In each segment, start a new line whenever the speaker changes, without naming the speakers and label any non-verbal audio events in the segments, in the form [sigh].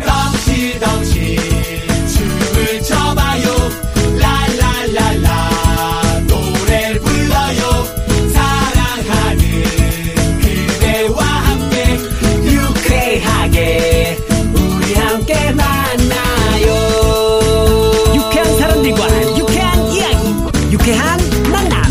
덩치덩치 춤을 춰봐요 라라라라 노래를 불러요 사랑하는 그대와 함께 유쾌하게 우리 함께 만나요 유쾌한 사람들과 유쾌한 이야기 유쾌한 만남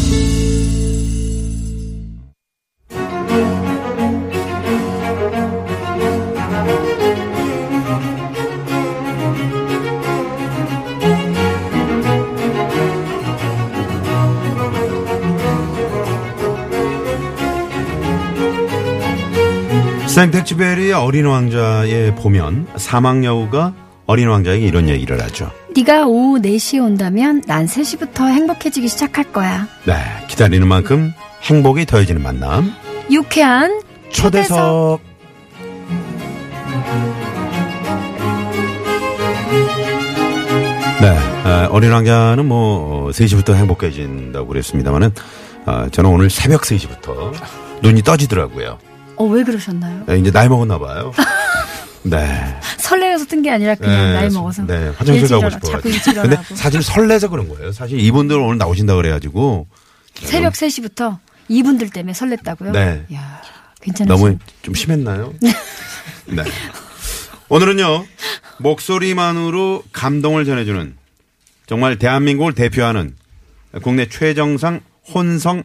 생텍쥐베리의 어린 왕자에 보면 사막 여우가 어린 왕자에게 이런 얘기를 하죠.
네가 오후 4시에 온다면 난 3시부터 행복해지기 시작할 거야.
네, 기다리는 만큼 행복이 더해지는 만남.
유쾌한
초대석. 네, 아, 어린 왕자는 뭐 3시부터 행복해진다고 그랬습니다만은 아, 저는 오늘 새벽 3시부터 눈이 떠지더라고요.
어, 왜 그러셨나요?
네, 이제 나이 먹었나 [laughs] 봐요. 네.
설레어서 뜬 게 아니라 그냥
네,
나이 먹어서.
네, 화장실
일찍
가고
일어나-
싶어.
자꾸 일찍
근데
일어나고.
사실 설레서 그런 거예요. 사실 이분들 오늘 나오신다 그래가지고
새벽 3시부터 이분들 때문에 설렜다고요?
네.
이야, 괜찮으세요?
너무 좀
[laughs]
심했나요? 네. 오늘은요 목소리만으로 감동을 전해주는 정말 대한민국을 대표하는 국내 최정상 혼성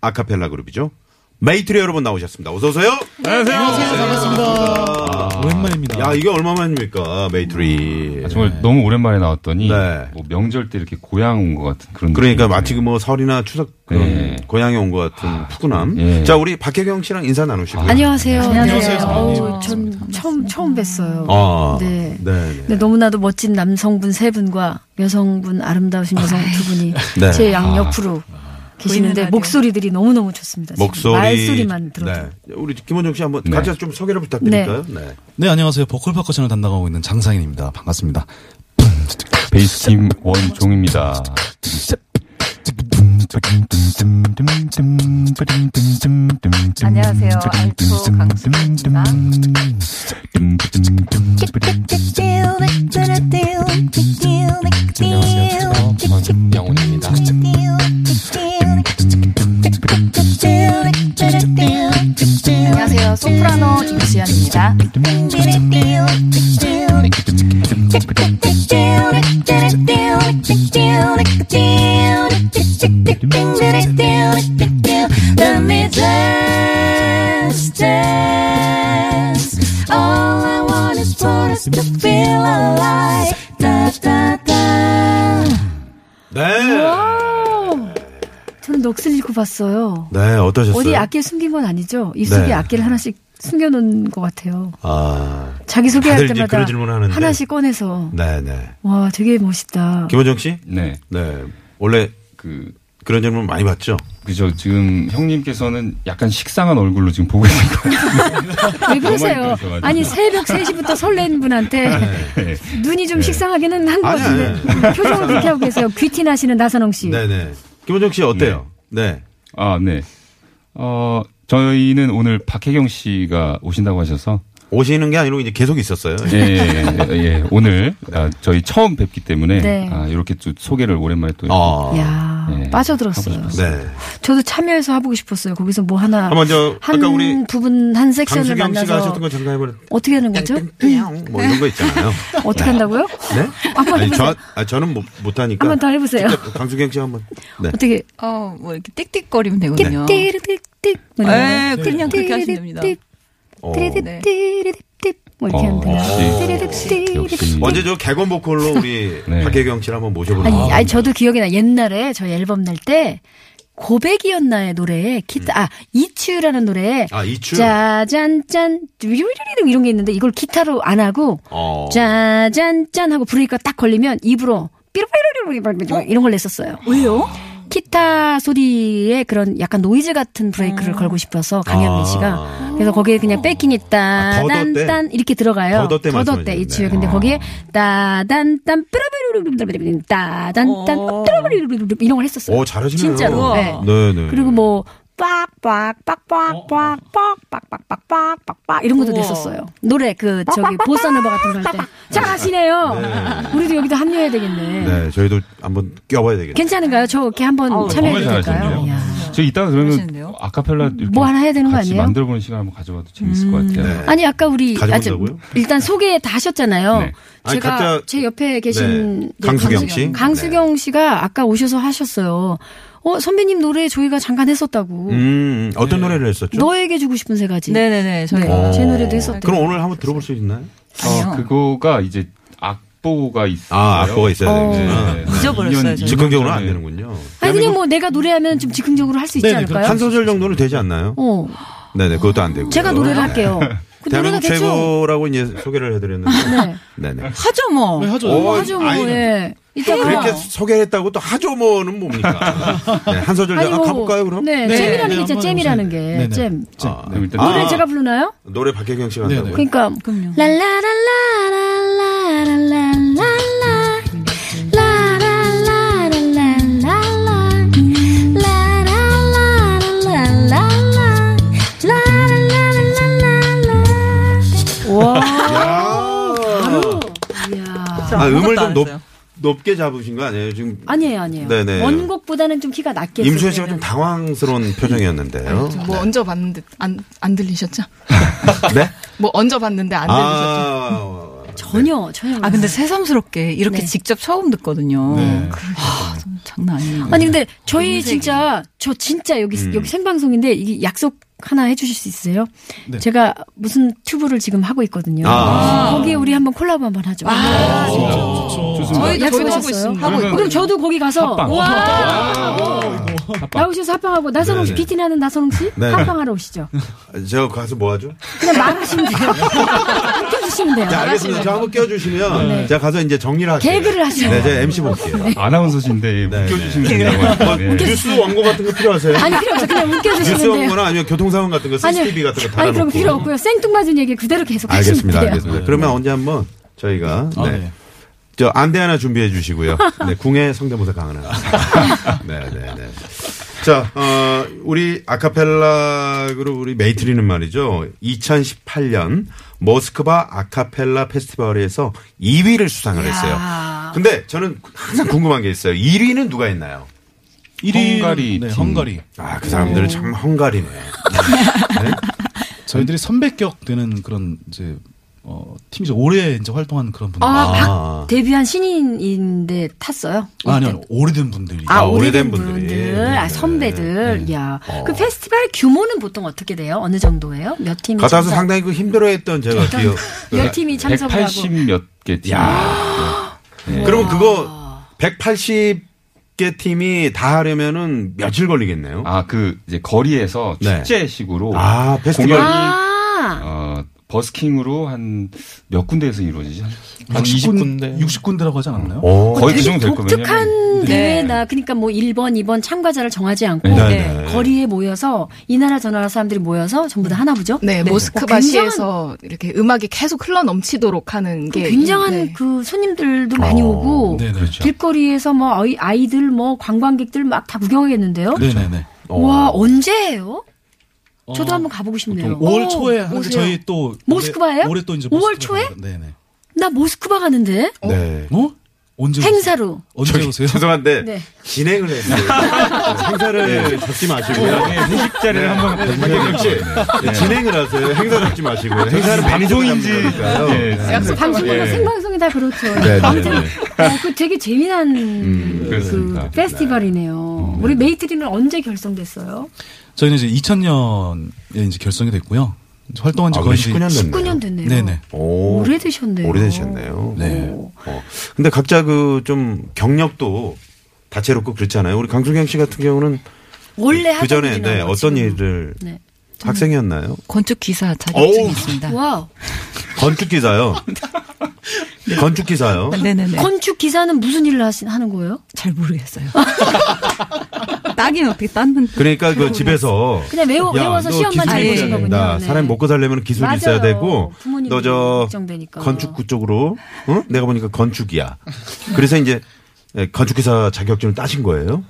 아카펠라 그룹이죠. 메이트리 여러분 나오셨습니다. 어서 오세요. 아,
안녕하세요. 반갑습니다. 오랜만입니다.
야 이게 얼마만입니까 메이트리.
아, 정말 너무 오랜만에 나왔더니
네.
뭐 명절 때 이렇게 고향 온 것 같은 그런
그러니까
느낌이에요.
마치 그 뭐 설이나 추석 그런
예.
고향에 온 것 같은 푸근함.
예.
자 우리 박혜경 씨랑 인사 나누시고.
안녕하세요.
네,
네.
안녕하세요, 선생님.
어우, 전 처음, 처음 뵀어요.
아,
네.
네.
근데 너무나도 멋진 남성분 세 분과 여성분 아름다우신 여성 두 분이
네. 아.
제 양옆으로 계시는데 목소리들이 너무너무 좋습니다. 지금.
목소리
말소리만 들어도
네. 우리 김원정 씨 한번
네.
같이 좀 소개를 부탁드릴까요? 네.
네, 안녕하세요. 보컬 퍼커션을 담당하고 있는 장상인입니다. 반갑습니다.
베이스 팀 원종입니다.
안녕하세요. 알토 강수입니다.
안녕하세요. 영훈입니다.
안녕하세요. 소프라노 임지연입니다. 네. Let me dance, dance. All I want is for us to feel alive. Da, da, da.
네.
저는 넋을 잃고 봤어요.
네, 어떠셨어요?
어디 악기 숨긴 건 아니죠? 입속에
네.
악기를 하나씩 숨겨놓은 것 같아요.
아,
자기 소개할
다들 이제
때마다
그런 질문을 하는데.
하나씩 꺼내서
네, 네.
와 되게 멋있다.
김원정 씨?
네.
네. 원래
그
그런 질문 많이 받죠?
그죠 지금 형님께서는 약간 식상한 얼굴로 지금 보고 있는 거예요. [laughs]
왜 그러세요?
가만히 있어가지고.
아니 새벽 3시부터 설레는 분한테 눈이 좀 식상하기는 한 것
아, 네. 아니,
같은데 표정을 그렇게 하고 계세요. 귀티 나시는 나선홍 씨.
네, 네. 김원정 씨 어때요? 네.
아 네. 어 저희는 오늘 박혜경 씨가 오신다고 하셔서
오시는 게 아니고 이제 계속 있었어요.
네.
예, 예, 예, 예. 오늘 아, 저희 처음 뵙기 때문에
네.
아, 이렇게 좀 소개를 오랜만에 또
아.
야
네.
빠져들었어요.
하고
네.
저도 참여해서 하고 싶었어요. 거기서 뭐 하나
한번 저 아까 우리
한 부분 한 섹션을
강수경 씨가 하셨던
만나서
거 잠깐 해버렸
어떻게 하는 거죠?
뭐 이런 거 있잖아요.
어떻게 한다고요?
네?
한번
아니, 저,
해보세요.
아, 저는 못, 못하니까.
한번 더 해보세요.
직접 강수경 씨 한번. 네.
어떻게
어, 뭐 이렇게 띡띡거리면 되거든요.
띠르띠르띠르 뭐 이런
어. 네,
거.
그냥 그렇게 하시면 됩니다.
띠르띠르
어.
네.
띠르띠르띠르 뭐 이렇게 하면 돼요.
어, 역시.
띠르띠르띠르.
역시.
언제 어. 저 개건 보컬로 우리
네.
박혜경 씨를 한번 모셔보는
아니,
거.
아니 저도 기억이 나. 옛날에 저희 앨범 낼 때 고백이었나의 노래에 기타
음.
아 이츄라는 노래에
아, 이추.
짜잔짠 뚜루루루루 이런 게 있는데 이걸 기타로 안 하고
어.
짜잔짠 하고 부르니까 딱 걸리면 입으로 삐로삐로삐로 이런 걸 냈었어요.
왜요?
기타 소리에 그런 약간 노이즈 같은 브레이크를 걸고 싶어서 강현민
아.
씨가 그래서 거기에 그냥 백킹이
아, 더더 때?
따단딴 이렇게 들어가요.
더더 때 말씀하시는데.
이치요. 근데
아.
거기에 따단딴 뾰라베르르르르르르 따단딴
오.
뾰라베르르르르 이런 걸 했었어요.
오, 잘하시네요.
진짜로.
우와.
네.
네네.
그리고 뭐 빡빡 빡빡 빡빡 빡빡 빡빡 빡빡 이런 것도
우와.
냈었어요. 노래 그 저기 보사노바 같은 거 할 때. 잘하시네요. 우리도 여기도 합류해야 되겠네.
네, 저희도 한번 껴봐야 되겠네요.
괜찮은가요? 저 이렇게 한번 참여해
정말
될까요?
어, 잘하셨네요.
야.
저 이따가 그러면
하시는데요?
아카펠라 이렇게
뭐 하나 해야 되는 거
같이
아니에요? 음,
만들어보는 시간 한번 가져봐도 재밌을 것 같아요.
네.
아니 아까 우리
가져본
아, 저-
거고요?
일단 소개 다 하셨잖아요.
네.
아니,
제가
각자-
제 옆에 계신
네.
네,
강수경
강수경.
씨.
강수경 씨가 아까 오셔서 하셨어요. 어 선배님 노래 저희가 잠깐 했었다고.
네. 음, 어떤 노래를 했었죠?
너에게 주고 싶은 세 가지.
네네네. 저희가
어.
제 노래도 했었대요.
그럼 오늘 한번 들어볼 수 있나요?
어, 그거가 이제 악보가 있어요.
아, 악보가 있어야 되는구나.
네.
잊어버렸어요,
이 년-
저는.
즉흥적으로는 안
전에
되는군요.
아니 그냥 뭐 내가 노래하면 좀 즉흥적으로 할 수 있지 않을까요?
한 소절 정도는 되지 않나요?
어,
네네, 그것도 안 되고.
제가
[laughs]
노래를 할게요. 그 노래가
어. 대한민국
대충
최고라고 이제 소개를 해드렸는데. 네네. 어,
하죠 뭐.
하죠.
오,
하죠 뭐.
아이,
예. 이따가
그렇게 소개를 했다고 또 하조모는 뭡니까?
[laughs]
네, 한 소절 제가 가볼까요, 그럼?
네,
네.
잼이라는 게
네,
있죠.
한번
잼이라는
해보세요.
게
네네.
잼.
아,
네, 일단
아,
노래
아,
제가 부르나요?
노래 박혜경 씨가
네네.
한다고요?
그러니까
그럼요.
아,
야.
이야.
아, 음을
아무것도
좀
안
높,
했어요.
높게 잡으신 거 아니에요? 지금
아니에요, 아니에요.
네네.
원곡보다는 좀 키가 낮게.
임수현
했을
씨가 좀
때는.
당황스러운 표정이었는데요.
뭐 얹어봤는데 안, 안 들리셨죠?
네?
뭐 얹어봤는데 안 들리셨죠?
아,
전혀, 전혀.
아 근데 새삼스럽게 이렇게
네.
직접 처음 듣거든요.
네.
아, 정말 장난 아니에요.
아니
네.
근데 저희 진짜 저 진짜 여기
음.
여기 생방송인데 이게 약속 하나 해주실 수 있어요?
네.
제가 무슨 튜브를 지금 하고 있거든요.
아.
거기에 우리 한번 콜라보 한번 하죠. 아,
좋습니다.
아, 저희도 하고
약속하셨어요?
있습니다.
하고 있- 그럼 저도 거기 가서
합방.
와. 나오셔서 합방하고 나선홍 씨
네네.
비티니 하는 나선홍 씨
네네.
합방하러 오시죠.
제가 가서 뭐 하죠?
그냥 막으시면 돼요. 웃겨주시면 돼요. 네.
자, 네, 알겠습니다. 저 한번 껴주시면 제가 가서 이제 정리를 할게요.
아, 개그를 하시는
네, 제가 MC 볼게요.
아나운서신데
네,
웃겨주시면
네.
된다고
뭐,
하는데
뉴스 원고 같은 거 필요하세요?
아니 필요 없어 그냥
뉴스
웃겨주시면 돼요.
원고나 아니면 교통상황 같은 거,
아니요.
CCTV 같은 거
아니
달아놓고.
그럼 필요 없고요. 생뚱맞은 얘기 그대로 계속 하시면
알겠습니다.
돼요.
알겠습니다. 네, 그러면 언제 한번 저희가
아,
네.
네.
저 안대 하나 준비해 주시고요. 네, 궁예 성대모사 [laughs] 강하나. 네, 네, 네. 자, 어, 우리 아카펠라 그룹 우리 메이트리는 말이죠. 2018년 모스크바 아카펠라 페스티벌에서 2위를 수상을 했어요. 근데 저는 항상 궁금한 게 있어요. 1위는 누가 했나요?
일위는-
헝가리
네,
팀.
헝가리.
아, 그 사람들은 참 헝가리네.
저희들이 선배격 되는 그런 이제 어, 팀이죠. 오래 이제 활동한 그런 분들.
아,
아.
박 데뷔한 신인인데 탔어요?
아니, 네. 아니, 오래된 분들이.
아,
아, 오래된
오래된
분들이.
분들,
네.
아, 선배들, 야, 그 페스티벌 규모는 보통 어떻게 돼요? 어느 정도예요? 몇 팀이
갔다 와서
참석-
상당히 그 힘들어했던 제가 기억.
몇
네.
팀이 참석을 하고?
180 몇 개 팀.
그러면 그거
아.
180개 팀이 다 하려면은 며칠 걸리겠네요.
아, 그 이제 거리에서
네.
축제식으로
아, 페스티벌.
공연이
아,
어, 버스킹으로 한 몇 군데에서 이루어지지?
한 네.
20군데.
60군데라고 하지 않았나요?
오.
거의 그
되게
정도 될 거면
독특한
네.
대회나 그러니까 뭐 1번, 2번 참가자를 정하지 않고
네네.
거리에 모여서 이 나라 저 나라 사람들이 모여서 전부 다 하나 보죠?
네,
어,
모스크바
굉장한-
시에서 이렇게 음악이 계속 흘러 넘치도록 하는
어,
게
굉장한
네.
그 손님들도 많이 오고
네네.
길거리에서 뭐 아이- 아이들 뭐 관광객들 막 다 구경하겠는데요.
네네네.
와 언제예요? 저도
어,
한번 가보고 싶네요.
5월
오,
초에 하는데
오세요.
저희 또 올해-
모스크바예요?
올해 또 이제
오월
모스크바
초에?
가는데- 네네.
나 모스크바 가는데
네.
어? 언제
행사로.
오세요? 언제 오세요?
죄송한데
네.
진행을 했어요. [laughs] 행사를 잡지 마시고요.
네, 회식 자리를 한번
박경영 씨 네. 진행을 하세요. 행사 잡지 마시고요. 행사는
네. 방송인지.
방송인지니까요.
예.
네.
방송보다 생방송이 다 그렇죠.
네, 네,
아무튼 어, 그 되게 재미난 그
음,
그렇습니다.
페스티벌이네요. 우리 메이트리는 언제 결성됐어요?
저희는 이제 2000년에 이제 결성이 됐고요. 이제 활동한 지
아,
거의
거의
이제-
19년 됐네요.
19년 됐네요.
네네.
오.
오래되셨네요.
오래되셨네요.
네.
오.
어. 근데 각자 그 좀 경력도 다채롭고 그렇잖아요. 우리 강준경 씨 같은 경우는
원래 하던
그 전에
일이나
네,
지금.
어떤 일을
네.
음, 학생이었나요?
건축 기사
어우.
자격증이
[laughs]
있습니다.
와우.
건축 기사요. 건축 기사요.
네네네.
건축 기사는 무슨 일을 하신, 하는 거예요?
잘 모르겠어요. 따긴 어떻게 땄는?
그러니까 그 집에서
그냥 외워, 외워서
너
시험만 잘
기술이
보신
있어야
거군요. 네.
된다. 사람이 먹고 살려면 기술이
맞아요.
있어야 되고
부모님이
너 저
걱정되니까.
건축구 쪽으로 응? 내가 보니까 건축이야. 그래서 이제 예, 건축기사 자격증을 따신 거예요.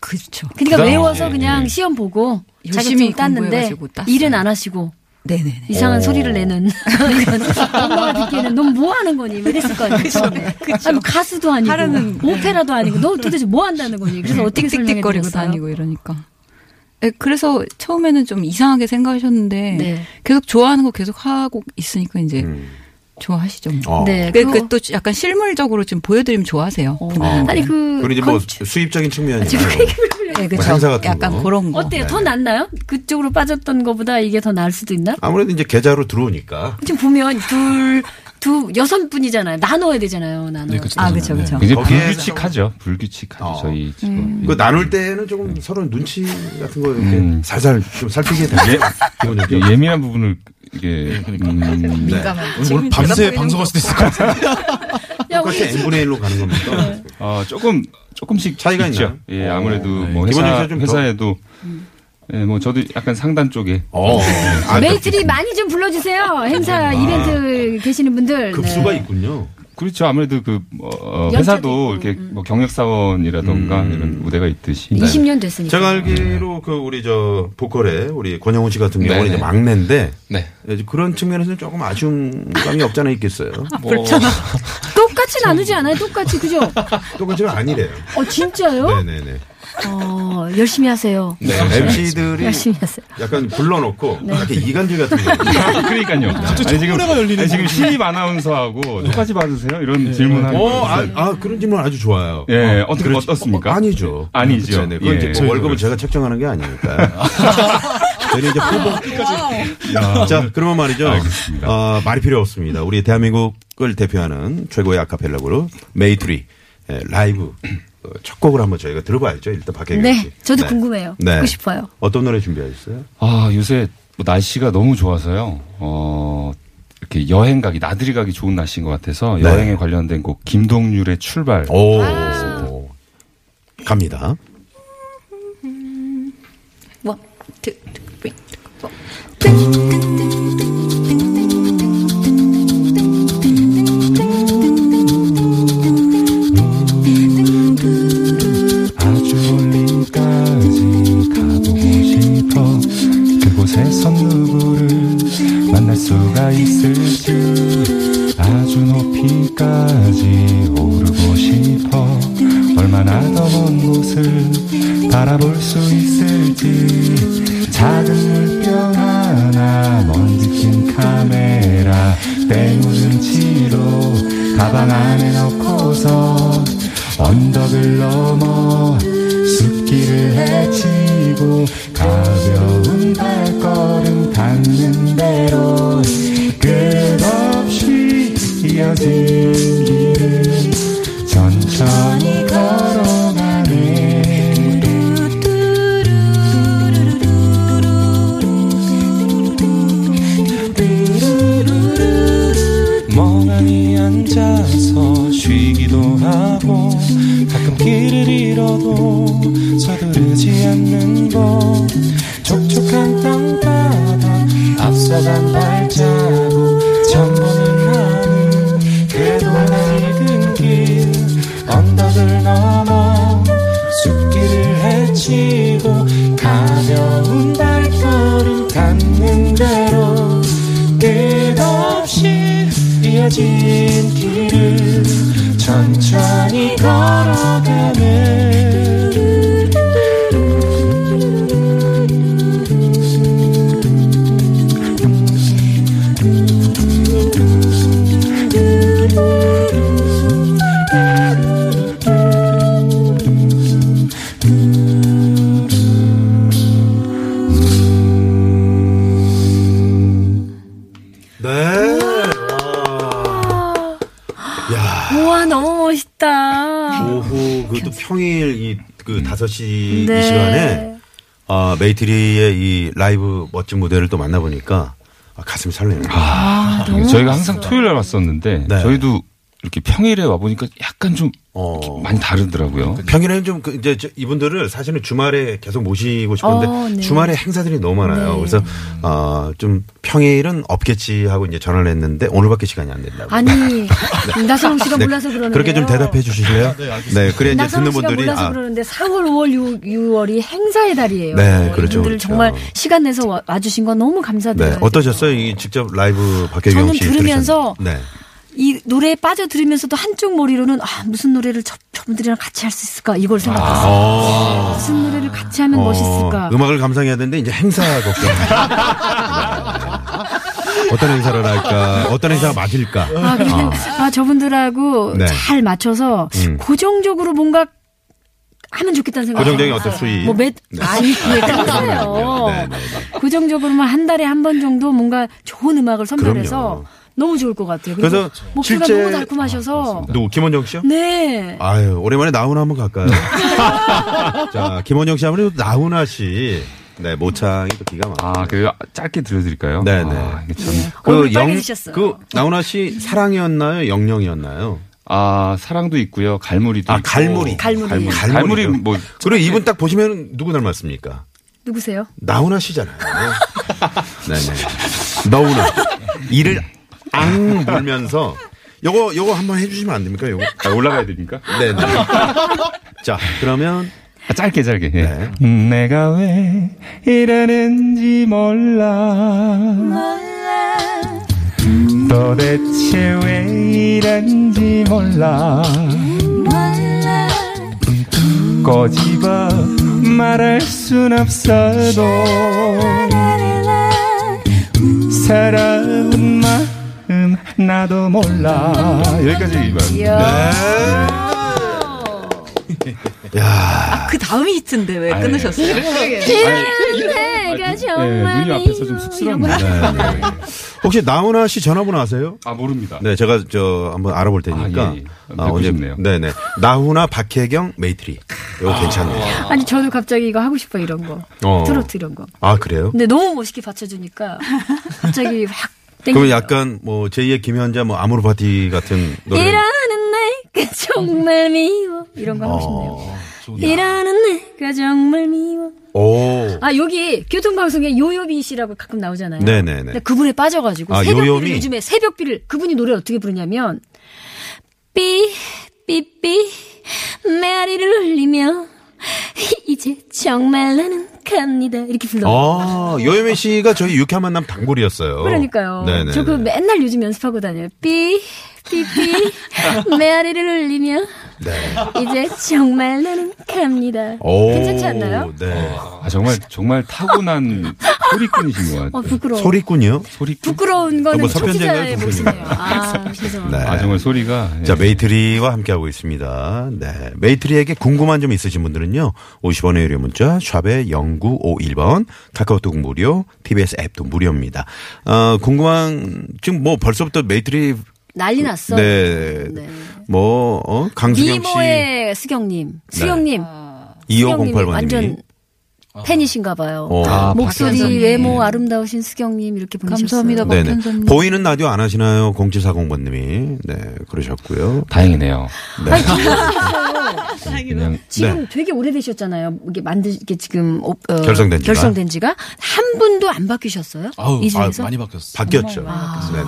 그렇죠.
그러니까
그다음-
외워서
예,
그냥
예.
시험 보고
열심히
자격증 땄는데
공부해가지고 땄어요.
일은 안 하시고
네네네.
이상한
오.
소리를 내는 [laughs] 이런 엄마가 듣기에는 넌 뭐 하는 거니? 왜 이랬을 거 아니에요. 처음에. 아니, 뭐 가수도 아니고 뭐
하라는-
오페라도 아니고 너 도대체 뭐 한다는 거니? 그래서 어떻게
띡띡거리고
설명해드렸어요?
다니고 이러니까. 예, 그래서 처음에는 좀 이상하게 생각하셨는데
네.
계속 좋아하는 거 계속 하고 있으니까 이제 좋아하시죠. 뭐.
음. 어.
네.
그,
그거-
그, 또 약간 실물적으로 좀 보여드리면 좋아하세요.
어.
부모님들.
아니 그
그리고 이제 뭐
건축- 그
수입적인 측면이 아니고
네,
뭐 행사 같은
약간
거.
그런 거.
어때요? 더 낫나요? 그쪽으로 빠졌던 거보다 이게 더 나을 수도 있나?
아무래도 이제 계좌로 들어오니까
지금 보면 둘, 두, 여섯 분이잖아요. 나눠야 되잖아요. 나눠.
네, 그쵸.
아,
어,
그쵸, 그쵸.
굉장히
거기에서-
불규칙하죠. 불규칙하죠.
어.
저희
음.
직업이.
음.
그 나눌 때는 조금 서로 눈치 같은 거 이렇게
음.
살살 좀 살피게 되네.
예, 예민한 부분을 이게 음,
오늘 밤새 방송할 수도 있을 것 같아요.
야,
똑같이 n분의 1로 가는
네.
겁니까?
어, 조금 조금씩
차이가
있죠.
있나요?
예,
어,
아무래도
네.
뭐
기본
회사
점수가 좀 더-
회사에도
음.
예, 뭐 저도 약간 상단 쪽에
어. 아,
메이트리 많이 좀 불러주세요. 행사 이벤트 계시는 분들.
급수가
네.
그 있군요.
그렇죠. 아무래도 그 뭐, 어,
연차도
음,
회사도
있고,
이렇게 뭐 경력 사원이라던가
음.
이런 무대가 있듯이
20년 됐으니까.
네. 제가 알기로 그 우리 저 보컬의 우리 권영훈 씨 같은 경우는
네네.
이제 막내인데
네.
예, 그런 측면에서는 조금 아쉬운 감이 없지 않아
[laughs]
있겠어요.
뭐.
똑같이 나누지 않아요? 똑같이. 그죠?
똑같지는 아니래요.
어, 진짜요?
네네네.
어, 열심히 하세요.
네.
MC들이
열심히 하세요.
약간 불러놓고 이렇게 이간질 같은 거.
네.
네.
아, 그러니까요. 아니, 지금
청문회가 네. 열리는
아니, 지금 신입 아나운서하고 똑같이 받으세요? 이런 질문하는
어, 아, 아, 그런 질문 아주 좋아요.
예, 어, 떻게 어떻습니까?
어, 아니죠.
아니죠.
그쵸, 네. 그건
예.
이제 뭐
저희도
월급을 제가 책정하는 게
[laughs]
아니니까. 저희는 이제 후보. 자, 그러면 말이죠.
알겠습니다.
어, 말이 필요 없습니다. 우리 대한민국을 대표하는 최고의 아카펠라 그룹 메이트리 예, 라이브 어, 첫 곡을 한번 저희가 들어봐야죠. 일단 박혜경
네,
씨.
저도 궁금해요.
네.
듣고 싶어요.
어떤 노래 준비하셨어요?
아, 요새 뭐 날씨가 너무 좋아서요. 어, 이렇게 여행 가기, 나들이 가기 좋은 날씨인 것 같아서
네.
여행에 관련된 곡 김동률의 출발.
오, 오. 아. 갑니다.
원, 투, 투, 쓰리, 포.
아주 멀리까지 가보고 싶어 그곳에선 누구를 만날 수가 있을지 아주 높이까지 오르고 싶어 얼마나 더 먼 곳을 바라볼 수 있을지 작은 물병 하나 먼지 낀 카메라 때묻은 치로 가방 안에 넣고서 언덕을 넘어 숲길을 헤치고 가벼운 발걸음 닿는 대로 끝없이 이어진 길을 천천히 걸어가네 멍하니 앉아서 쉬기도 하고 가끔 길을 잃어도 서두르지 않는 곳 촉촉한 땅바닥 앞서간 발자국 처음 보는 하늘 그래도 하나 익은 길 언덕을 넘어 숲길을 헤치고 가벼운 발걸음 닿는 대로 끝없이 이어진 길을 천천히 걸어가는
네.
우와, 너무 멋있다.
오후 그것도 평일 이그 다섯 시이
음. 네.
시간에 아, 메이트리의 이 라이브 멋진 무대를 또 만나 보니까 아, 가슴이 설레네요.
저희가 항상 토요일 날 왔었는데
네.
저희도 이렇게 평일에 와 보니까 약간 좀 많이 다르더라고요.
어. 평일에는 좀 그 이제 저 이분들을 사실은 주말에 계속 모시고 싶은데
어, 네.
주말에 행사들이 너무 많아요.
네.
그래서 어좀 평일은 없겠지 하고 이제 전화를 했는데 오늘밖에 시간이 안 된다고.
아니 나선홍 씨가 몰라서 그러는데요.
네. 그렇게 좀 대답해 주실래요?
네,
그래 이제
나선홍
듣는
씨가
분들이
몰라서
아
그러는데 4월, 5월, 6, 월이 행사의 달이에요.
네, 그렇죠,
이분들
그렇죠.
정말 시간 내서 와, 주신거 너무
네.
감사드려요.
어떠셨어요? 이 직접 라이브 박혜경
저는
씨
들으면서
들으셨나요? 네.
이 노래에 빠져 들으면서도 한쪽 머리로는 아 무슨 노래를 저, 저분들이랑 같이 할 수 있을까 이걸 생각했어요.
아.
무슨 노래를 같이 하면
어,
멋있을까.
음악을 감상해야 되는데 이제 행사 걱정.
[laughs]
어떤 행사를 할까? 어떤 행사가 맞을까?
아, 그냥,
어.
아, 저분들하고
네.
잘 맞춰서
음.
고정적으로 뭔가 하면 좋겠다는 생각.
고정적인 어떤 네. 수익?
뭐 몇, 아니,
네,
왜 그러세요. 고정적으로만 한 달에 한 번 정도 뭔가 좋은 음악을 선별해서
그럼요.
너무 좋을 것 같아요. 그리고
그래서
목소리가
실제- 아,
너무 달콤하셔서.
누구 김원정 씨요?
네.
아유 오랜만에 나훈아 한번
[laughs]
갈까요? 자 김원정 씨 아무래도 나훈아 씨. 네, 모창이 또 기가 막혀.
아, 그 짧게 들려드릴까요?
네네.
아, 이게 참.
그,
영-
그, 나훈아 씨 사랑이었나요? 영영이었나요?
아, 사랑도 있고요. 갈무리도
아,
있고.
갈무리.
갈무리.
갈무리.
갈무리
뭐. 그리고 이분 딱 보시면 누구 닮았습니까?
누구세요?
나훈아 씨잖아요. 네, 네네. 너훈아. 이를 앙 물면서 요거 요거 한번 해주시면 안 됩니까? 요거
아, 올라가야 됩니까?
네네. 자 그러면
아,
짧게 짧게. 예.
음, 내가 왜 이러는지 몰라 도대체 왜 이런지 몰라 꼬집어 말할 순 없어도 새로운 마음 나도 몰라
여기까지 말. [laughs]
그 다음이 히트인데 왜
네. 아니, 네. 아, 그,
끊으셨어요? 네.
내가 정말
눈이 앞에서 좀 쑥스럽네요.
네. 혹시 나훈아 씨 전화번호 아세요?
아, 모릅니다.
네, 제가 저 한번 알아볼 테니까.
아, 예, 예. 뵙고 싶네요.
네네. 나훈아, 박혜경, 메이트리. 이거 괜찮네요.
아니, 저도 갑자기 이거 하고 싶어, 이런 거.
어.
트로트 이런 거.
아 그래요?
근데 너무 멋있게 받쳐주니까 갑자기 확
[laughs] 그러면
땡겨요.
약간 뭐 제2의 김현자 뭐 아모르 파티 같은 노래.
이러는 내가 정말 미워 이런
어.
거 하고 싶네요. 이러는 내가 정말 미워.
오.
아 여기 교통방송에 요요미 씨라고 가끔 나오잖아요.
네네네.
근데 그분에 빠져가지고
아,
새벽비를
요요미?
요즘에 새벽비를 그분이 노래 어떻게 부르냐면
삐삐삐 메아리를
[laughs]
울리며 이제 정말 나는 갑니다 이렇게 불러.
[laughs]
아, 요예미 씨가 저희 유쾌한 만남 단골이었어요.
그러니까요.
네네.
저 그 맨날 요즘 연습하고 다녀요.
[laughs]
삐삐삐 메아리를 울리며
네.
이제 정말 나는 갑니다.
오,
괜찮지 않나요?
네.
아, 정말, 정말 타고난 소리꾼이신 것 같아요.
어, 부끄러워.
소리꾼이요?
부끄러운 거는
뭐
청취자의
서편제인가요?
몫이네요. 아,
네.
죄송합니다.
아, 정말 소리가. 예.
자, 메이트리와 함께하고 있습니다. 네. 메이트리에게 궁금한 점 있으신 분들은요. 50원의 유료 문자, 샵의 0951번, 카카오톡 무료, TBS 앱도 무료입니다. 어, 궁금한, 지금 뭐 벌써부터 메이트리,
난리 났어.
네. 뭐, 어? 강수경 씨, 네.
미모의 수경님. 수경님.
아.
2508번님이.
완전 팬이신가 봐요.
어. 아,
목소리,
박현선님.
외모 아름다우신 수경님 이렇게 보내셨어요.
감사합니다.
네네.
박현선님.
보이는 라디오 안 하시나요? 0740번님이. 네, 그러셨고요.
다행이네요.
아,
네.
그냥
지금
네.
되게 오래되셨잖아요. 이게 만드 이게 지금 어, 어,
결성된 지가.
결성된 지가 한 분도 안 바뀌셨어요?
아우,
이
아,
중에서
많이 바뀌었어요.
바뀌었죠. 네네.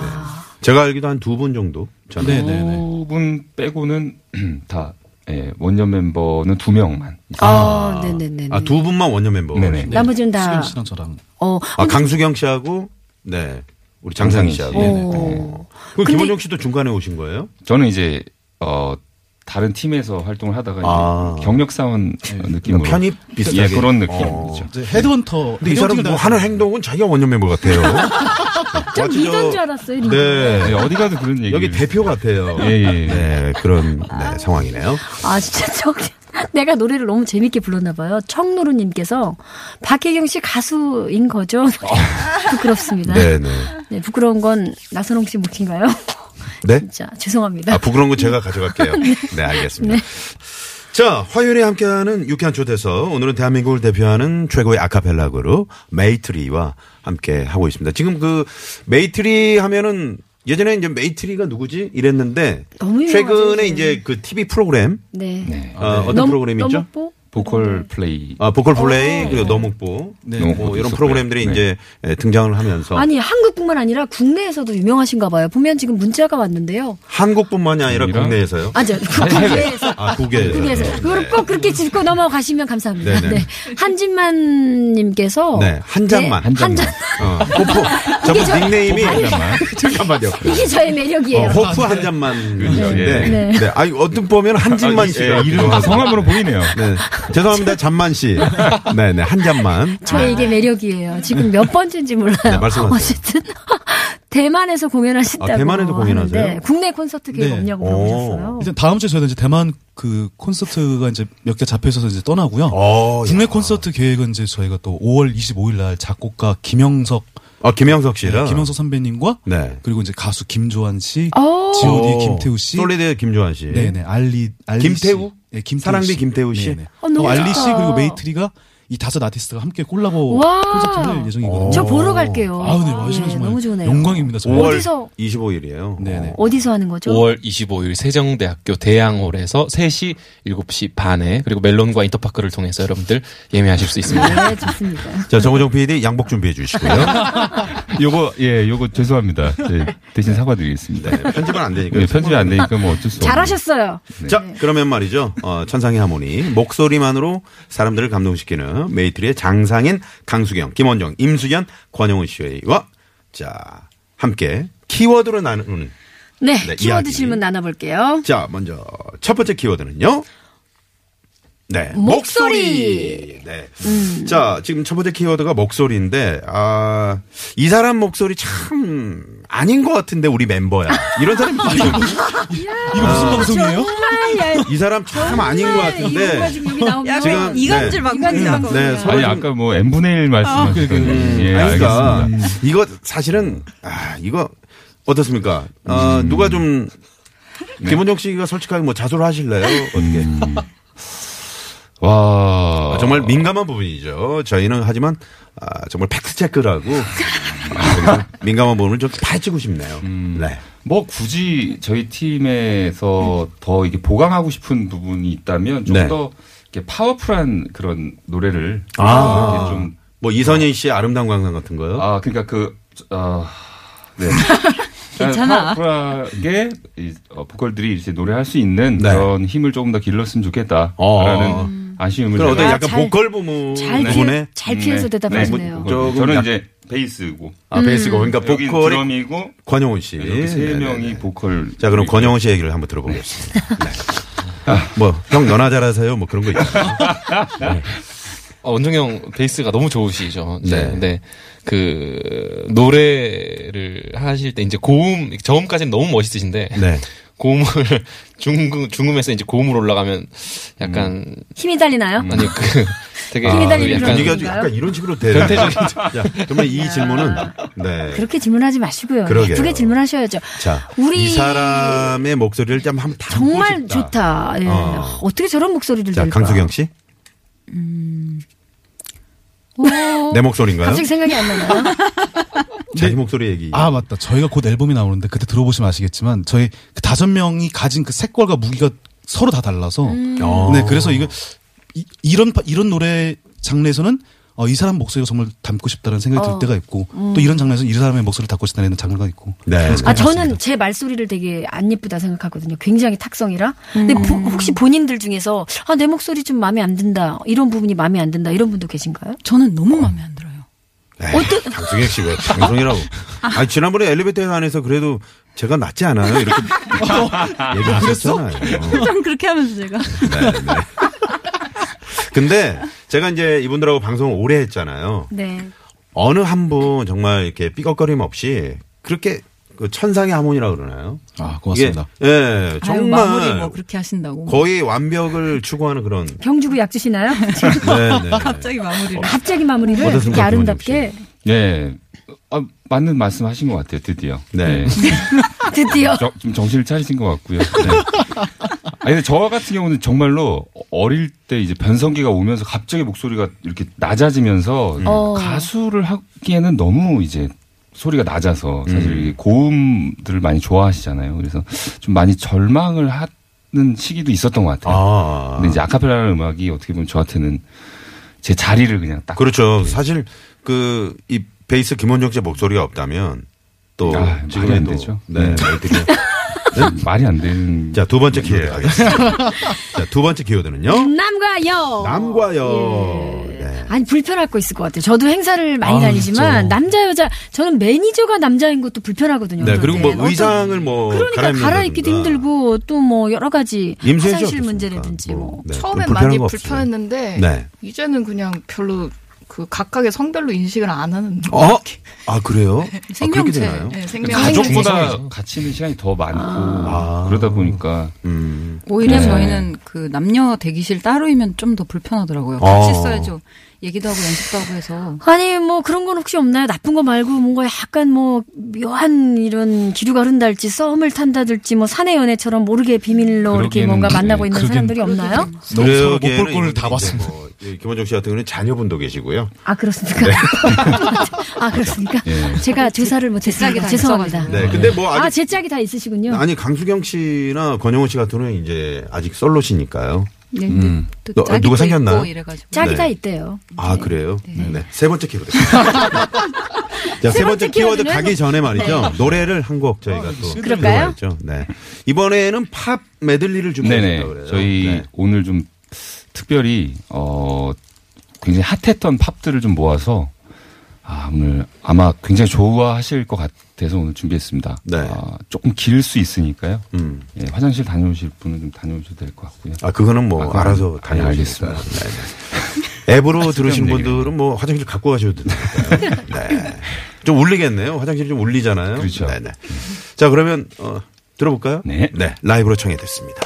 제가 알기도 한 두 분 정도. 저는.
네, 네, 네.
두분 빼고는 [clears throat] 다, 예, 원년 멤버는 두 명만.
아, 네네네.
아, 두 분만 원년 멤버.
네네.
네.
나머지는 다-
수경 씨랑 저랑
어,
아, 강수경 씨하고, 네. 우리 장상희 씨하고.
네,
어.
그럼
근데-
김원정 씨도 중간에 오신 거예요?
저는 이제, 어, 다른 팀에서 활동을 하다가 이제
아.
경력사원 느낌으로.
편입 비슷하게.
예, 그런 느낌.
어.
그렇죠.
이제 헤드헌터.
근데 이 사람 뭐 하는 행동은 자기가 원년 멤버 같아요.
[laughs] 좀
마치
리더인
저-
줄 알았어요. 리더.
예,
네.
어디 가도 그런 얘기.
여기 대표 같아요.
예, 예.
네, 그런 네, 상황이네요.
아 진짜 [laughs] 저 내가 노래를 너무 재밌게 불렀나 봐요. 청노루님께서 박혜경 씨 가수인 거죠? [laughs] 부끄럽습니다.
네, 네.
네, 부끄러운 건 나선홍 씨 몫인가요? [laughs]
네?
진짜 죄송합니다.
아, 부끄러운 건 제가 가져갈게요.
[laughs]
네, 알겠습니다. 자, 화요일에 함께하는 유쾌한 초대서 오늘은 대한민국을 대표하는 최고의 아카펠라 그룹 메이트리와 함께 하고 있습니다. 지금 그 메이트리 하면은 예전에 이제 메이트리가 누구지 이랬는데
너무 유명하죠,
최근에
요즘.
이제 그 TV 프로그램
네.
어, 떤
넘-
프로그램이죠?
넘어뽀?
보컬 플레이.
아, 보컬 플레이
어.
그리고 너목보 뭐
네. 너목보도
이런
있었고요.
프로그램들이
네.
이제 예, 등장을 하면서
아니 한국뿐만 아니라 국내에서도 유명하신가 봐요. 보면 지금 문자가 왔는데요.
한국뿐만이 아니라 국내에서요.
아저 국내에서
아, 국외에서.
국내에서 그걸 꼭 그렇게 짚고 넘어가시면 감사합니다.
네네.
네. 한진만님께서
네, 한 잔만.
어. 네, 한 잔.
어, 호프.
[laughs]
저분
저-
닉네임이
호프 한
[laughs] 잠깐만요.
이게 저의 매력이에요.
어, 호프 한 잔만. 네.
네.
네. 아니, 어떤 보면 한진만
아,
씨.
예, 이름 다 성함으로 보이네요.
네. 죄송합니다. 잔만
[laughs]
씨. 네, 네. 한 잔만.
저의 이게 매력이에요. 지금 몇 번째인지 몰라요.
네, 말씀하세요.
어쨌든 [laughs] 대만에서 공연하신다고.
아, 대만에도 공연하세요?
하는데 국내 콘서트 계획
네.
없냐고
오.
물어보셨어요.
일단 다음 주에 저희가 이제 대만 그 콘서트가 이제 몇 개 잡혀 있어서 이제 떠나고요.
어,
국내 콘서트 계획은 이제 저희가 또 5월 25일 날 작곡가 김영석
아, 김영석 씨랑.
네, 김영석 선배님과
네. 어,
그리고 이제 가수 김조한 씨,
오.
G.O.D 김태우 씨,
솔리드 김조한 씨.
네네 알리 알리
김태우?
씨. 네, 김태우
사랑비
씨.
김태우 씨?
네네.
어, 너무
그리고 알리 씨
좋다.
그리고 메이트리가 이 다섯 아티스트가 함께 콜라보
와.
콘서트를 할
어.
예정이거든요.
저 보러 갈게요.
아우 네, 와주시면
예,
정말
너무 좋네요.
영광입니다. 정말.
5월
어디서
25일이에요.
네네.
어디서 하는 거죠?
5월 25일 세정대학교 대양홀에서 3시 7시 반에 그리고 멜론과 인터파크를 통해서 여러분들 예매하실 수 있습니다.
[laughs]
네, 좋습니다.
자, 정우정 PD 양복 준비해 주시고요.
[laughs]
요거 예, 요거 죄송합니다. 네, 대신 사과드리겠습니다.
네, 편집은 안 되니까.
예, 편집이 안 되니까 뭐 어쩔 수 없어요.
잘하셨어요.
자, 그러면 말이죠. 어, 천상의 하모니. 목소리만으로 사람들을 감동시키는 메이트리의 장상인 강수경, 김원정, 임수연, 권영훈 씨와 자, 함께 키워드로 나누는.
네,
네,
키워드
이야기.
질문 나눠볼게요.
자, 먼저 첫 번째 키워드는요. 네.
목소리.
목소리. 네. 자, 지금 첫 번째 키워드가 목소리인데, 아, 이 사람 목소리 참 아닌 것 같은데 우리 멤버야. 이런 사람이 있거든요.
이거
아.
무슨 방송이에요?
이 사람 참 아닌 것
이유가
같은데.
지금 여기 나오면
지금
이간질 방송이야.
네, 서로
아니
좀-
아까 뭐 n 분의 1
아,
말씀하셨거든요. 예,
그러니까
알겠습니다.
이거 사실은 아 이거 어떻습니까? 어,
음.
누가 좀
네.
김원정 씨가 솔직하게 뭐 자수를 하실래요? 어떻게?
음. 와
아, 정말 민감한 부분이죠. 저희는 하지만 아, 정말 팩트 체크라고 아, 민감한 부분을 좀 파헤치고 싶네요. 네.
뭐 굳이 저희 팀에서 더 이게 보강하고 싶은 부분이 있다면 좀
네.
더 이렇게 파워풀한 그런 노래를 이렇게 좀
뭐 이선희 씨의 아름다운 광산 같은 거요.
음. 아, 그러니까 그, 아,
[laughs]
네.
괜찮아.
파워풀하게 이, 어, 보컬들이 이제 노래할 수 있는
네.
그런 힘을 조금 더 길렀으면 좋겠다라는
어.
아쉬움을
그럼 어떤
제가-
약간
잘-
보컬 부문
잘, 피해,
부분에
잘 피해서
네.
아, 대답하시네요.
네,
뭐, 조금
저는
약-
이제 베이스고
아 베이스고 그러니까
여긴
보컬이 예,
드럼이고
권영훈 씨.
이렇게 세
네네네.
명이 보컬.
자, 그럼 권영훈 씨 얘기를 한번 들어보겠습니다. 네. 뭐, 형, 너나 잘하세요. 뭐 그런 거 있잖아요.
어, 원종형 베이스가 너무 좋으시죠.
네.
네. 근데 그 노래를 하실 때 이제 고음 저음까지는 너무 멋있으신데
네.
고음을 [laughs] 중금 중음에서 이제 고음으로 올라가면 약간
힘이 달리나요?
아니
[laughs]
그 되게
힘이
그
달리는 그런
음. 분위기가
분위기가
좀
건가요?
아, 약간 이런 식으로 되 변태적인. [laughs] 자, 정말 이 질문은 네.
그렇게 질문하지 마시고요.
그러게요.
예쁘게 질문하셔야죠.
자,
우리
이 사람의 목소리를 좀 한번 담고
정말
싶다.
좋다. 예.
어.
어. 떻게 저런 목소리를
자,
낼까? 음.
강수경 씨. 내 목소리인가요? 네,
갑자기 생각이 안 나나요?
자기 목소리 얘기.
아 맞다. 저희가 곧 앨범이 나오는데 그때 들어보시면 아시겠지만 저희 그 다섯 명이 가진 그 색깔과 무기가 서로 다 달라서.
어.
네, 그래서 이거 이, 이런 파- 이런 노래 장르에서는 어, 이 사람 목소리가 정말 담고 싶다는 생각이 들 때가 있고 또 이런 장르에서 이 사람의 목소리를 담고 싶다는 장르가 있고.
네.
그래서
아,
그런 것
저는 제 말소리를 되게 안 예쁘다 생각하거든요. 굉장히 탁성이라. 근데 보- 혹시 본인들 중에서 아, 내 목소리 좀 마음에 안 든다. 이런 부분이 마음에 안 든다. 이런 분도 계신가요?
저는 너무 마음에 안 들어요.
에이, 강수경 씨왜 방송이라고. 아, 지난번에 엘리베이터 안에서 그래도 제가 낫지 않아요? 이렇게 얘기하셨잖아요. 네,
항상 어. 그렇게 하면서 제가.
근데 제가 이제 이분들하고 방송을 오래 했잖아요.
네.
어느 한 분 정말 이렇게 삐걱거림 없이 그렇게 그 천상의 하모니라 그러나요?
같아요. 아 고맙습니다.
이게, 예,
아유, 마무리
정말
뭐 그렇게 하신다고.
거의 완벽을 추구하는 그런.
병주고 약 주시나요?
네,
[laughs]
네.
갑자기 마무리를.
갑자기 마무리를
어떻습니까,
이렇게 아름답게
예. 아, 맞는 말씀하신 것 같아요. 드디어.
네.
예.
[laughs]
아, 드디어
저- 좀 정신을 차리신 것 같고요. 네. 아 근데 저 같은 경우는 정말로 어릴 때 이제 변성기가 오면서 갑자기 목소리가 이렇게 낮아지면서
어.
가수를 하기에는 너무 이제 소리가 낮아서 사실
음.
이게 고음들을 많이 좋아하시잖아요. 그래서 좀 많이 절망을 하는 시기도 있었던 것 같아요. 근데 이제 아카펠라라는 음악이 어떻게 보면 저한테는 제 자리를 그냥 딱
그렇죠.
네.
사실 그 이 베이스 김원정 씨 목소리가 없다면 또
아, 말이
지금에도
안 되죠.
네,
네.
[laughs]
말이 안 되는.
그렇죠. 자, 두 번째
네.
기회 가겠습니다. 자, 두 번째 기호들은요.
네. 남과여.
남과요.
예.
네.
아니 불편할 거 있을 것 같아요. 저도 행사를 많이
아,
다니지만
그렇죠.
남자 여자 저는 매니저가 남자인 것도 불편하거든요.
네, 그리고 뭐
어떤-
의상을 뭐
그러니까 갈아입기도 힘들고 또 뭐 여러 가지
임수현 씨
화장실
어떻습니까?
문제라든지 뭐.
네,
처음엔
좀 불편한
많이
거 없으세요?
불편했는데
네.
이제는 그냥 별로 그 각각의 성별로 인식을 안 하는
어? 아, 그래요? 아, 그렇게
생명체.
되나요?
그러니까
네, 생명체.
뭐-
가족보다 같이 있는 시간이 더 많고 그러다 보니까
오히려
네.
저희는 그 남녀 대기실 따로이면 좀 더 불편하더라고요.
어.
같이 써야죠. 얘기도 하고 연습도 하고 해서.
아니 뭐 그런 건 혹시 없나요? 나쁜 거 말고 뭔가 약간 뭐 묘한 이런 기류가 흐른다할지 썸을 탄다든지 뭐 사내 연애처럼 모르게 비밀로 이렇게
그러기에는
뭔가 만나고
네,
있는
그러기엔
사람들이 없나요?
너무 서로 못볼
그러기에는
꼴을
이제
다 봤습니다.
뭐, 이 김원정 씨 같은 경우는 자녀분도 계시고요.
아 그렇습니까? [laughs] 아 그렇습니까?
네. 예.
제가 조사를 못했습니다.
다
죄송합니다.
네, 근데 뭐 아직-
아, 제 짝이 다 있으시군요.
아니 강수경 씨나 권영훈 씨 같은 경우는 이제 아직 솔로시니까요.
네,
음.
또
너,
짝이
누가
또
생겼나요?
있고 이래가지고. 짝이 다 있대요.
아 그래요? 네. 세 번째 키워드. [laughs] 자, 세, 번째
세 번째
키워드
키워드는-
가기 전에 말이죠.
네.
노래를 한 곡 저희가 또
그럴까요?
들어봐야죠. 네. 이번에는 팝 메들리를
네네.
준비했다고 그래요.
저희 오늘 좀 특별히 어 굉장히 핫했던 팝들을 좀 모아서 아 오늘 아마 굉장히 좋아하실 것 같아서 오늘 준비했습니다. 아, 조금 길 수 있으니까요.
음.
예, 화장실 다녀오실 분은 좀 다녀오셔도 될 것 같고요.
아 그거는 뭐
그건
알아서
아니,
다녀오시겠어요. 네,
알겠습니다.
앱으로 들으신
얘기를.
분들은 뭐 화장실 갖고 가셔도 됩니다. 네. 좀 울리겠네요. 화장실이 좀 울리잖아요. 그렇죠. 네네. 자, 그러면, 어, 들어볼까요? 네. 라이브로 청해 듣습니다.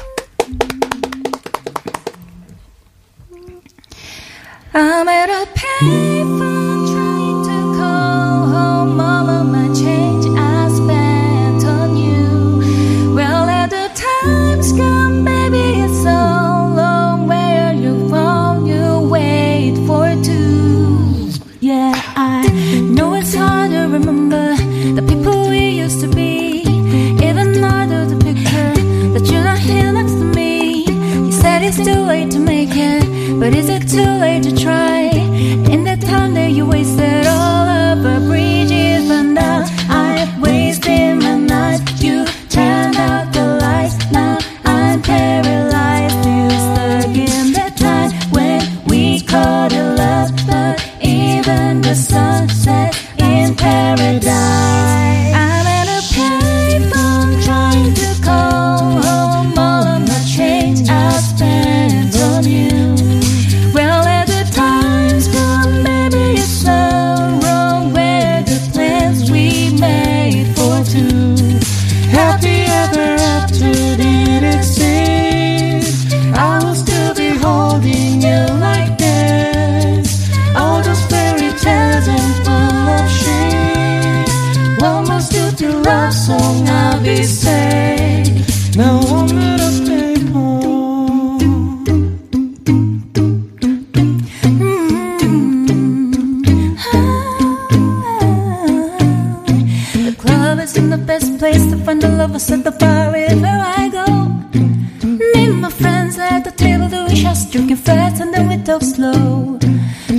I'm at a payphone trying to call home all of my change I spent on you. Well, at the time's come, baby, it's so long. Where are you from? You wait for two. Yeah, I know it's hard to remember the people we used to be. Even though the picture that you're not here next to me. You said it's too late to make it, but is it too late to try? In the time that you wasted all of our bridges, but now I wasted my night. You turned out the lights, now I'm paralyzed. Feel stuck in the time when we called it love, but even the sunset in paradise. I'm at a payphone trying to call home all of my change I spent on you. Well, at the time's come, baby, it's so wrong where the plans we made for two. Happy ever after did exist. I will still be holding you like this. All those fairy tales and full of shit. One more stupid love song I'll be saying. Now I'm at a payphone. The club isn't the best place to find a lover, set the bar wherever I go. Me and my friends at the table doing shots, drinking fast, and then we talk slow.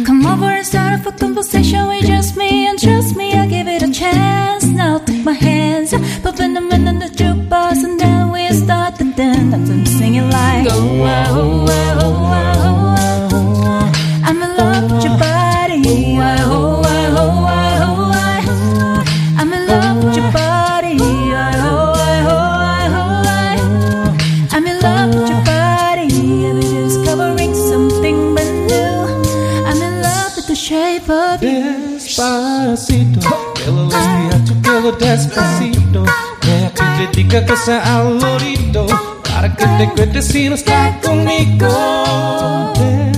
Come over and start up a conversation with just me, and trust me, I'll give it a chance. Now take my hands, pop in them in the jukebox, and then we start to dance. I'm singing like, oh, wow, oh, wow, oh, wow, oh, wow, oh, wow. I'm in love with your body. Oh, wow, oh, wow, oh, wow, oh, wow. I'm in love with your body. I oh, I oh, I oh, I. I'm in love with your body. I'm discovering something brand new. I'm in love with the shape of you.
Despacito, quiero desviar tu pelo despacito. Déjate que diga que sea al oído, para que te cuentes si no está conmigo.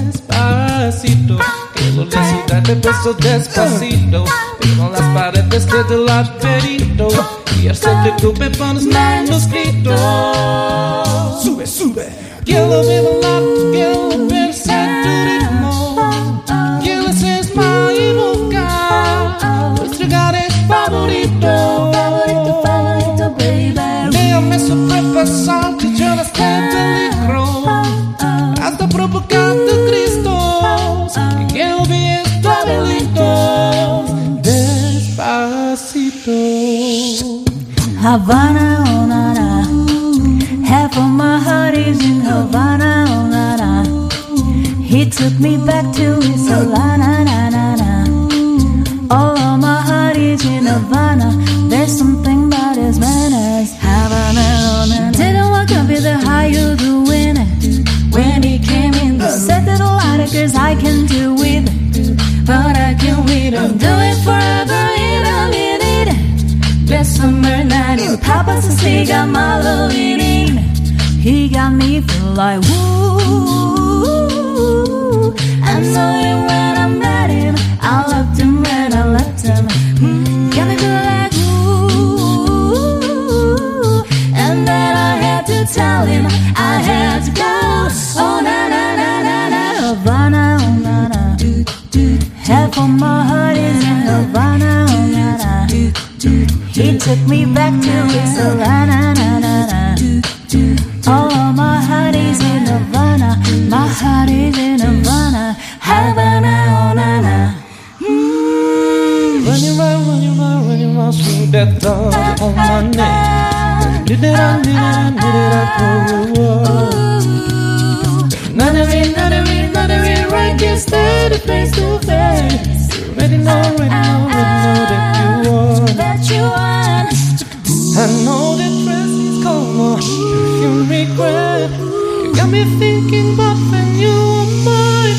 Despacito, quiero desnudarte beso despacito. Pero las paredes que te laberinto y hacerte tu pepones manuscritos. Sube, sube. Quiero vivirla, quiero ver tu ritmo. Quiero ser mi boca. Nuestro lugar es favorito.
Uh, Havana, oh na na. Half of my heart is in Havana, oh na na. He took me back to his Havana, na na na. All of my heart is in Havana. There's something about his manners. Havana, oh na na. Didn't want to be the higher the winner. When he came in, he said that a lot of girls I can do with it. But I can wait, I'm doing forever in a minute. This summer night in Papa's and he got my love in him. He got me feel like woo. I know him when I met him. I loved him when I left him. Mm, Got me feel like woo. And then I had to tell him I had to go. Oh na na na na na Havana, oh na na. Half of my heart is in Havana, oh na na. He took me back to his Havana, na na na. Oh, my heart is in Havana, my heart is in Havana, Havana, oh na na. Mm.
Run your mouth, run your mouth, run your mouth, swing that thong on my neck. Did it, I did it, I did it, I told you what. None of it, none of it, none of it, right there, stay the face to face. You Already know, already know, already know that you are. That you are. I know that dress is gone, you regret. You got me thinking about when you were mine.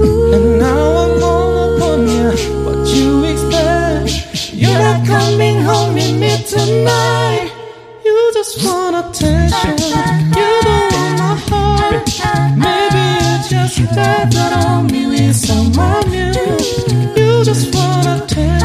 And now I'm all upon you. What you expect? You're not coming home with me tonight. You just want attention. You don't want my heart. Maybe you just thought that I'm really someone new. You just want attention.